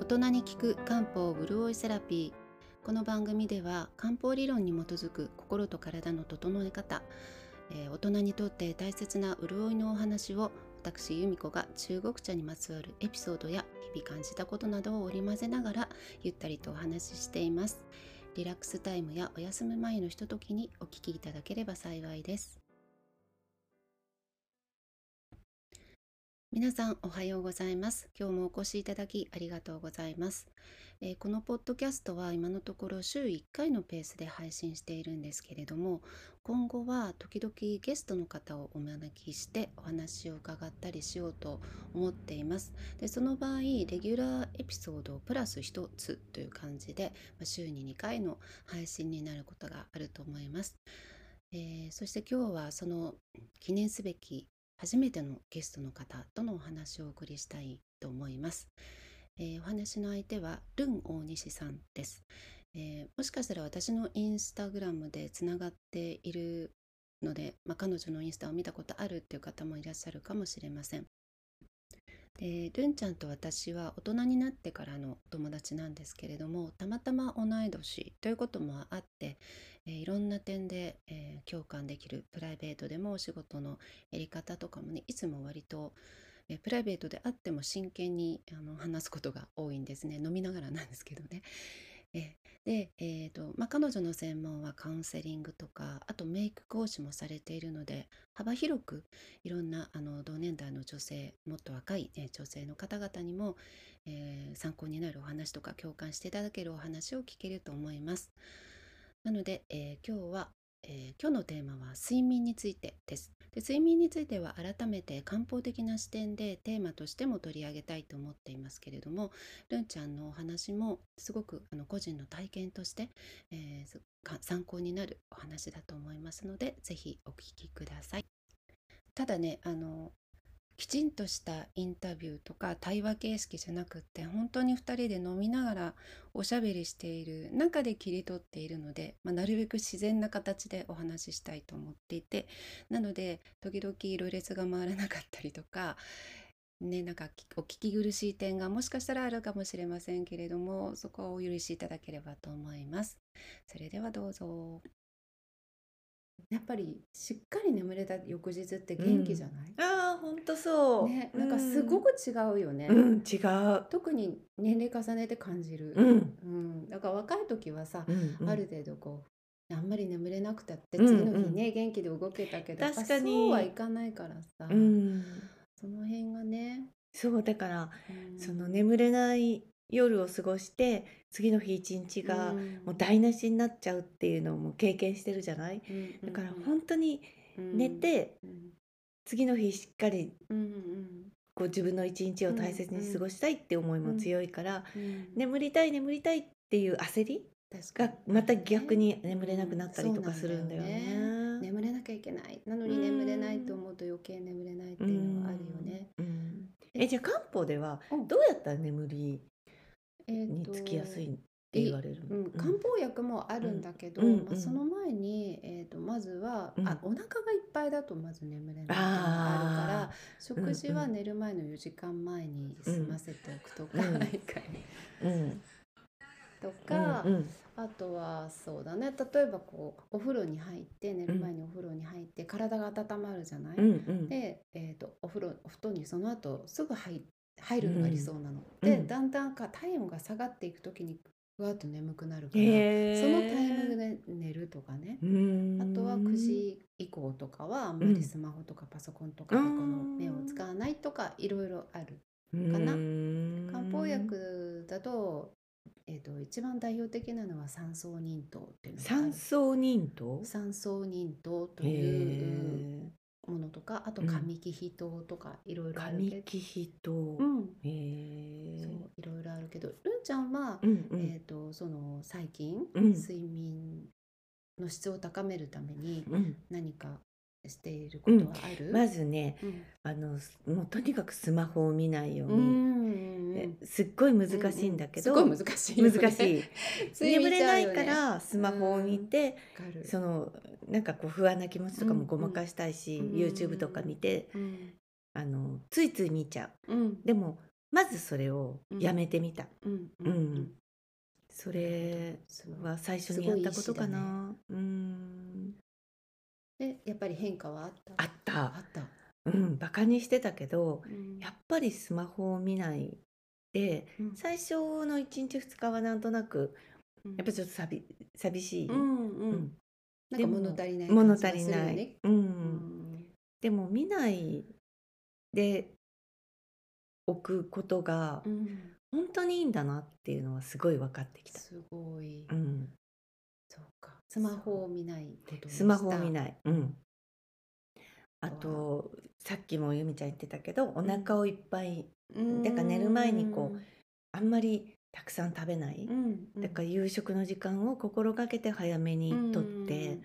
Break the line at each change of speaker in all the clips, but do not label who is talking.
大人に効く漢方ブルオイセラピーこの番組では漢方理論に基づく心と体の整え方、えー大人にとって大切な潤いのお話を私由美子が中国茶にまつわるエピソードや日々感じたことなどを織り交ぜながらゆったりとお話ししていますリラックスタイムやお休み前のひとときにお聞きいただければ幸いです皆さんおはようございます今日もお越しいただきありがとうございます、えーこのポッドキャストは今のところ週1回のペースで配信しているんですけれども今後は時々ゲストの方をお招きしてお話を伺ったりしようと思っていますでその場合レギュラーエピソードプラス1つという感じでまあ週に2回の配信になることがあると思います、えーそして今日はその記念すべき初めてのゲストの方とのお話をお送りしたいと思います。えーお話の相手はルン大西さんです、えーもしかしたら私のインスタグラムでつながっているので、まあ、彼女のインスタを見たことあるっていう方もいらっしゃるかもしれません。でルンちゃんと私は大人になってからのお友達なんですけれどもたまたま同い年ということもあって、えーいろんな点で、えー共感できるプライベートでもお仕事のやり方とかもねいつも割とえープライベートであっても真剣にあの 話すことが多いんですね飲みながらなんですけどね。えで、えーとまあ、彼女の専門はカウンセリングとかあとメイク講師もされているので幅広くいろんなあの同年代の女性もっと若い、ね、女性の方々にも、えー参考になるお話とか共感していただけるお話を聞けると思います。なので、えー今日はえー今日のテーマは睡眠についてですで睡眠については改めて漢方的な視点でテーマとしても取り上げたいと思っていますけれどもるんちゃんのお話もすごくあの個人の体験として、えーすか参考になるお話だと思いますのでぜひお聞きくださいただねあのきちんとしたインタビューとか対話形式じゃなくって本当に2人で飲みながらおしゃべりしている中で切り取っているので、まあ、なるべく自然な形でお話ししたいと思っていてなので時々ろれつが回らなかったりとかねなんかきお聞き苦しい点がもしかしたらあるかもしれませんけれどもそこはお許しいただければと思います。それではどうぞ。
やっぱりしっかり眠れた翌日って元気じゃない、
ああ、本当そう。
ね、なんかすごく違うよね、
うん、うん、違う。
特に年齢重ねて感じる、
うん、
うんだから若い時はさ、
うんうん
ある程度こうあんまり眠れなくたって次の日ね、
うんう
元気で動けたけど
確かに
やっぱそうはいかないからさ、
うん、
その辺がね、
そうだから、
うん
その眠れない夜を過ごして次の日一日が
ん
もう台無しになっちゃうっていうのも経験してるじゃない。
うんうんうん
だから本当に寝て
うん
次の日しっかり
うんうん
こう自分の一日を大切に過ごしたいって思いも強いから、
うん
眠りたい眠りたいっていう焦り
確か
が
に
また逆に眠れなくなったりとかするんだよ
そう
ね
な。んだよね眠れなきゃいけないなのに眠れないと思うと余計眠れないっていうのはあるよね。
うん。えじゃあ漢方では
うん
どうやったら眠り
えー
に
と
つきやすいって言われるの？
うん、漢方薬もあるんだけど、
うんうん
まあ、その前に、えー、とまずは、
うん
あお腹がいっぱいだとまず眠れないっていうのがあるから
あ
食事
う
は
んうん
寝る前の4時間前に済ませておくとか、
うん
一回
ーうん
とか、
うんうん
あとはそうだね例えばこうお風呂に入って寝る前にお風呂に入って体が温まるじゃない、
うんうん
で、えー、とお風呂お布団にその後すぐ入入るのが理想なの、
うん
で
うん
だんだんか体温が下がっていく時にふわっと眠くなるから、
へー
そのタイミングで寝るとかね、
うん
あとは9時以降とかはあんまりスマホとかパソコンとかでこの
うん
目を使わないとかいろいろある
か
な
な
漢方薬だと,、えー、と一番代表的なのは三相忍湯っていうのがあ
三
る
相忍と
三相忍湯と
へ
いううん
え
ものとかあと
うん
神木秘湯とかいろいろあるけ
神
ど、
木比と
うん、
へえ
そういろいろあるけどるんちゃんは、
うんうん
えー、とその最近、
うん
睡眠の質を高めるために
うん
何かしていることはある、
まずね
うん
あのすもうとにかくスマホを見ないよ
う
うん
う
に
んうん
えすっごい難しいんだけど
ううすごい難しいよね、
難しい眠れないか
わ
らスマホを見て、
かる
そのなんかこう不安な気持ちとか
う
も
ん
ごまかしたいし、
うん
YouTube とか見て
うん
あのついつい見ちゃ
うん
うでもまずそれをやめてみた。
うん
うん。それ
すごい
は最初にやったことか
すごい意
な。うん。
でやっぱり変化はあった
あった。
あった、
うん。バカにしてたけど、
うん
やっぱりスマホを見ないで、
うん
最初の1日2日はなんとなく、
うん
やっぱちょっと寂寂しい。
うんう
うんん
なん
で
か
も
物足りない感
物
じが
足
す
り
るよ
ない。
ね
う。
うんん
でも見ないで置くことが
うん
本当にいいんだなっていうのはすごい分かってきた。
すごい
うん、
そうかスマホを見ないことに
スマホを見
い
ない。うん、あとさっきもゆみちゃん言ってたけどお腹をいっぱいだから寝る前にこあんまりたくさん食べない。
うんうん
だから夕食の時間を心がけて早めにとって、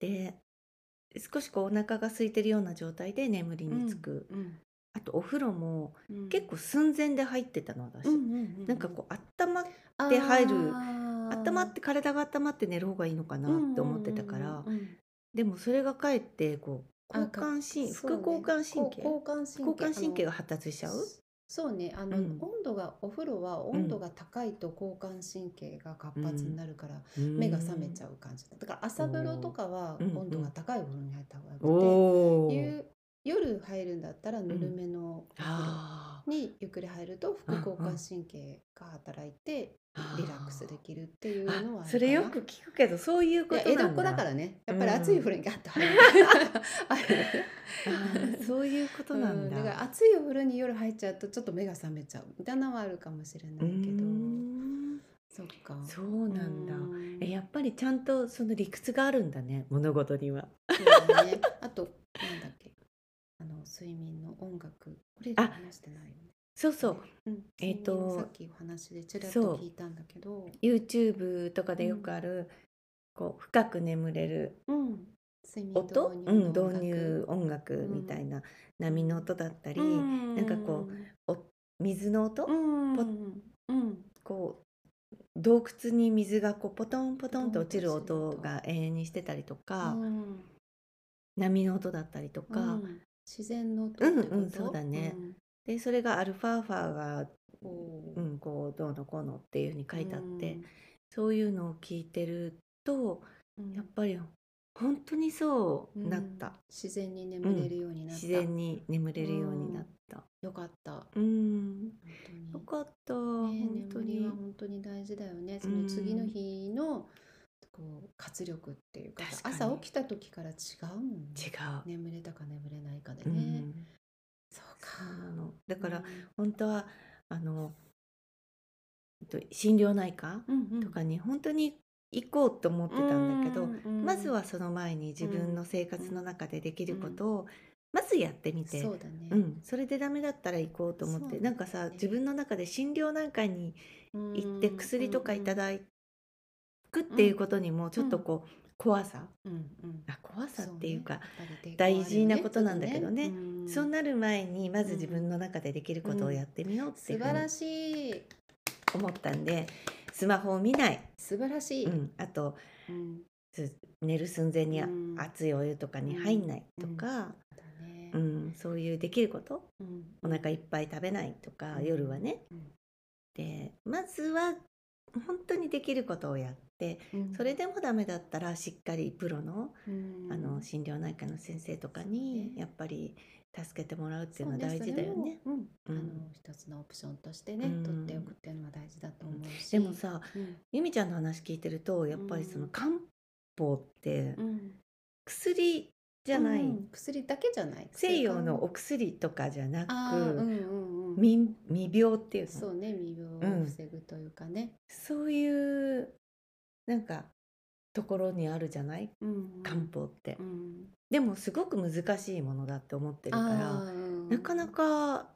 で少しこうお腹が空いてるような状態で眠りにつく、
うんうん
あとお風呂も
うんうん
結構寸前で入ってたの私、
うんうんうん
なんかこう温まっ
う
で入る
あー
温まって体が温まって寝る方がいいのかなって思ってたから、
うんうんうんうん
でもそれがかえってこう
あ
交感神
そうね
副交感神経、
こう交感神
交
経
感神経
あの
が発達しちゃう
そうねあの、
うん
温度がお風呂は温度が高いと交感神経が活発になるから、目が覚めちゃ
う
う感じだだから朝風呂とかは
うんうん
温度が高いお風呂に入った方がよく
ん。
て、
おー
夕夜入るんだったらぬるめのお風呂
あ
にゆっくり入ると副交感神経が働いて
あ
リラックスできるっていうのは
あ
あるかな
それよく聞くけどそういう
い
こ
や
となん
江
だ
戸っ子だからねやっぱり暑い風呂にガッと入 る、あるよね
あーそういうこと
う
なん
ん
だ。
だから暑いお風呂に夜入っちゃうとちょっと目が覚めちゃうみたいなのはあるかもしれな
う
い
ー
けど
ん
そっか
そうなんだ。
うん
えやっぱりちゃんとその理屈があるんだね物事には。
そうだねあとなんだっけあの睡眠の音楽これ
あ
話してないよね
そうそう
うん、
えー
睡眠
と
のさっきお話でちらっ
そ
と
う
聞いたんだけど
YouTube とかでよくある、こう深く眠れる
うん、睡眠
音
導
う
入の
ん、
音楽
導入音楽みたいな、波の音だったり、なんかこ水の音、
うん
ポ
うん
こう洞窟に水がこうポトンポトンと落ちる
ポトンと
音
落ちる音
が永遠にしてたりとか、
うん
波の音だったりとか、
うん自然の音ってこと
うんうんそうだねでそれがアルファーファーが、
うんお
う
ー
ん、こうどうのこうのっていうふうに書いてあって、そういうのを聞いてると
うん
やっぱり本当にそうなった、
自然に眠れるようになった、
自然に眠れるようになった。
よかった本
うん
当に
よかった、
ね
本当
眠り
に
は。本当に大事だよね。そうの
ん
次の日のこう活力っていうかさ
確かに
朝起きた時から違うもんね。
違う。
眠れたか眠れないかで
う
ね。
ん、
そう
そ
か。
うなの。だから、
うん
本当はあのえっと心療内科
うんうん
とかに本当に行こうと思ってたんだけど、
うんうん
まずはその前に自分の生活の中でできることをまずやってみて、
そうだね。
うん、それでダメだったら行こうと思っ
そう
て
ね
なんかさ自分の中で心療内科に
うん
行って薬とかいただくっていうことにもちょっとこう怖さ
うんうん
あ怖さっていうか
やっぱり
大事なことなんだけどね
抵抗あるようん
そうなる前にまず自分の中でできることをやってみようってい
素
うふ
晴
うに
らしい。
思ったんでスマホを見ない、
素晴らしい。
うん、あと
うん
す寝る寸前にあ
うん
熱いお湯とかに入んないとか、
だね
う。んそういうできること
うん
お腹いっぱい食べないとか、
うん
夜はね
うん
でまずは本当にできることをやって
うん
それでもダメだったらしっかりプロの,、
うん
あの心療内科の先生とか
そう
に
ね
やっぱり助けてもらうってい
そうう
のは
ね
大事だよね。。
それもうん
うん
あの一つのオプションとしてね、
うん
取っておくっていうのは大事だと思うし。
でも、さ
うん
ゆみちゃんの話聞いてるとやっぱりその
うん
漢方って
うん
薬じゃない、
うん薬だけじゃない。
西洋のお薬とかじゃな
あーうんう
く、
んうん。
み未病っていうの
そうね、未病
うん
を防ぐというかね。
そういうなんかところにあるじゃない
うん
漢方って、
うん。
でもすごく難しいものだって思ってる
あ
か
ー
らなかな。か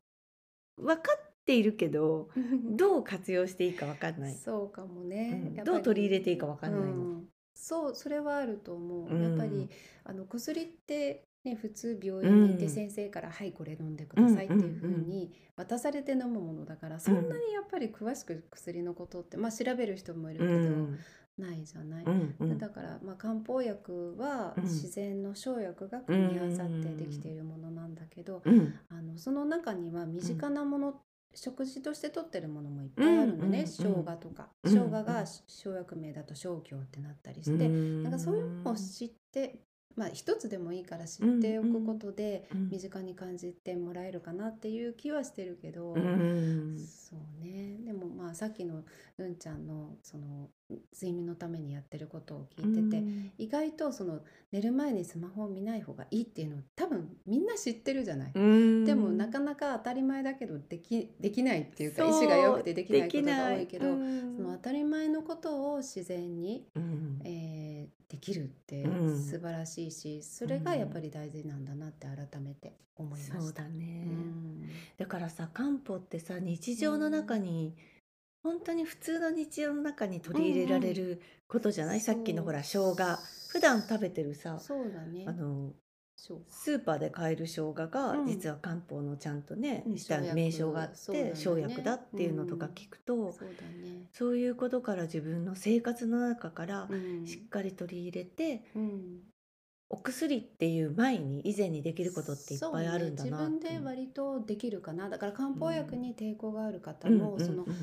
分かっているけど
うん
どう活用していいか分かんない。
そうかも
う
ね
ん。
やっぱり
どう取り入れていいか分かんないの
うんそう、それはあると思
う
う。
ん
やっぱりあの薬ってね、普通病院に行っ
うん
て先生から「はいこれ飲んでください」っていうふう
うんうん
に渡されて飲むものだからそんなにやっぱり詳しく薬のことってまあ調べる人もいるけ
う
ど
ん
ないじゃない。
うんうん
だからまあ漢方薬は
うん
自然の生薬が組み合わさってできているものなんだけど
うん
あのその中には身近なもの食事として取ってるものもいっぱいあるのね、
うん
生姜とか、
うん
生姜
うん
が生薬名だと生姜ってなったりして、なんかそういうのを知ってまあ一つでもいいから知っておくことで
うん
身近に感じてもらえるかなっていう気はしてるけど、
うん
そうねでもまあさっきのうんちゃんのその睡眠のためにやってることを聞いてて、
うん
意外とその寝る前にスマホを見ない方がいいっていうの多分みんな知ってるじゃない、
うん
でもなかなか当たり前だけどできできないっていうか
そ
意
う
志が良くてできないことが多いけど
できないうん
その当たり前のことを自然に、
うん
えーできるって
うん
素晴らしいし、それがやっぱり大事なんだなって改めて思いま
そう
した。
だね、
うん
だからさ漢方ってさ日常の中に、本当に普通の日常の中に取り入れられることじゃない、さっきの
そう
ほら生姜普段食べてるさ
そうだね
あの
そう
スーパーで買える生姜が、
うん
実は漢方のちゃんとね
うん
した
生薬
名称があっ
そうなんだ
て
よね
生薬だっていうのとか聞くと、
そうだね、
そういうことから自分の生活の中から
うん
しっかり取り入れて、
うん
お薬っていう前に以前にできることっていっぱいあるんだな
そうね
って
自分で割とできるかなだから漢方薬に抵抗がある方
うん
も、
うん
その
うん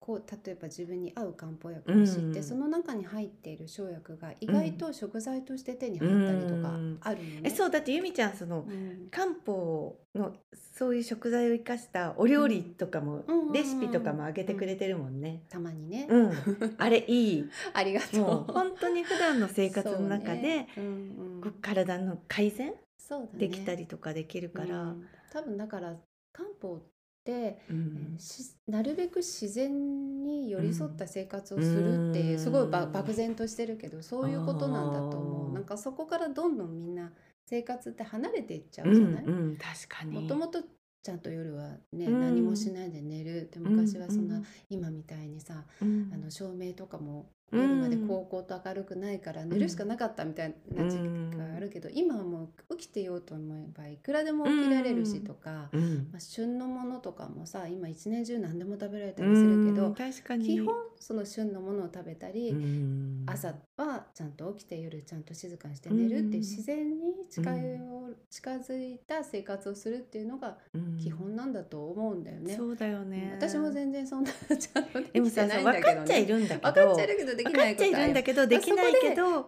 こう例えば自分に合う漢方薬を知って、
うんうん
その中に入っている生薬が意外と食材として手に入ったりとか
うん
あるのね。
えそうだってゆみちゃんその、
うん
漢方のそういう食材を生かしたお料理とかも、
うん
レシピとかもあげてくれてるもんね。
たまにね、
うん、あれい い。
ありが
も
と
う
う。
本当に普段の生活の中
そう
で、
ねうんう
こうん体の改善
そうだね
できたりとかできるから、
うん多分だから漢方って
う
えー
ん
しなるべく自然に寄り添った生活をするっていう、
うん
すごいば漠然としてるけどそういうことなんだと思
あ
う
ー
なんかそこからどんどんみんな生活って離れていっちゃ
う
うんじゃない、
うん確かに。
もともとちゃんと夜はね、
うん
何もしないで寝るって昔はそんな、
うん
今みたいにさ
うん
あの照明とかも
うん
夜まで高校と明るくないから寝るしかなかったみたいな時期があるけど、今はもう起きてようと思えばいくらでも起きられるしとか。
うん
まあ、旬のものとかもさ今一年中何でも食べられたりするけ
うん
ど
確かに
基本その旬のものを食べたり、
うん
朝はちゃんと起きて夜ちゃんと静かにして寝るっていう自然に近いを近づいた生活をするっていうのが基本なんだと思うんだよ
うん
ね。
そうだよね。
私も全然そんなちゃんとで
でも
きて
さ、
な
そう
いんだ
分
け
か
ど
っちゃい
ね。
るんだけ
分
ど。
かっちゃいるけどできないこと
分かっちゃいるんだ
け
けどできないけど、
できないダ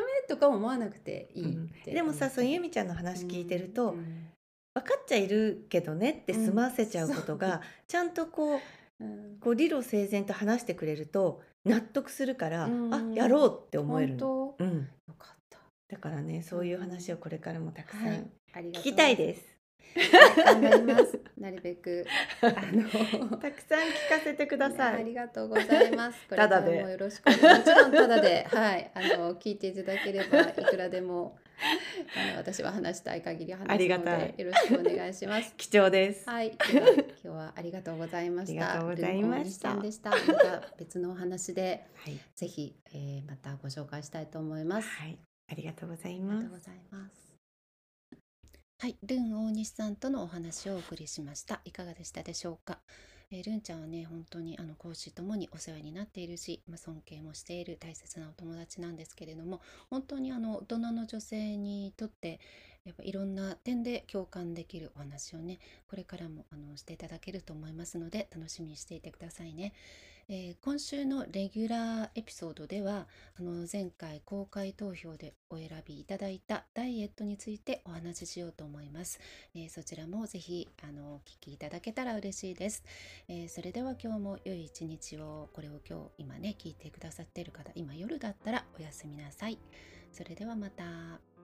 メとか思わなくていいって、
うんでもさそうゆ
う
みちゃんの話聞いてる
う
と、
ん
分かっちゃいるけどねって済ませちゃうことが、ちゃんとこう
うん
こう理路整然と話してくれると納得するから、
うん
あやろうって思える
本当
の、
よ
うん、
かった。
だからねそういう話をこれからもたくさ
は
ん
いありが
聞
とう
きたいです、
頑張ります。なるべく。あ の。
たくさん聞かせてくださ
あ
い、
りがとうござい ます。これか
ただ
ら
で
もよろしくお願い。もちろんただで、 はい、あの、聞いていただければ、いくらでも。 あの、私は話したい限り話すので。
ありがたい
よろしくお願いし ます。
貴重です、
はい、では今日はありがとうございました。
ありがとうございました
ルンコン西さんでした。また別のお話で、
はい
ぜひ、えーまたご紹介したいと思います。
はい、ありがとうござい
あり
ま
が
す
とうございます。
はい、ルン大西さんとのお話をお送りしました。いかがでしたでしょうか。えー、ルンちゃんはね、本当にあの講師ともにお世話になっているし、まあ、尊敬もしている大切なお友達なんですけれども、本当にあの大人の女性にとって、やっぱいろんな点で共感できるお話をね、これからもあのしていただけると思いますので、楽しみにしていてくださいね。えー今週のレギュラーエピソードでは、あの前回公開投票でお選びいただいたダイエットについてお話ししようと思います。えーそちらもぜひあのお聞きいただけたら嬉しいです。えーそれでは今日も良い一日をこれを今日今ね聞いてくださっている方今夜だったらおやすみなさい。それではまた。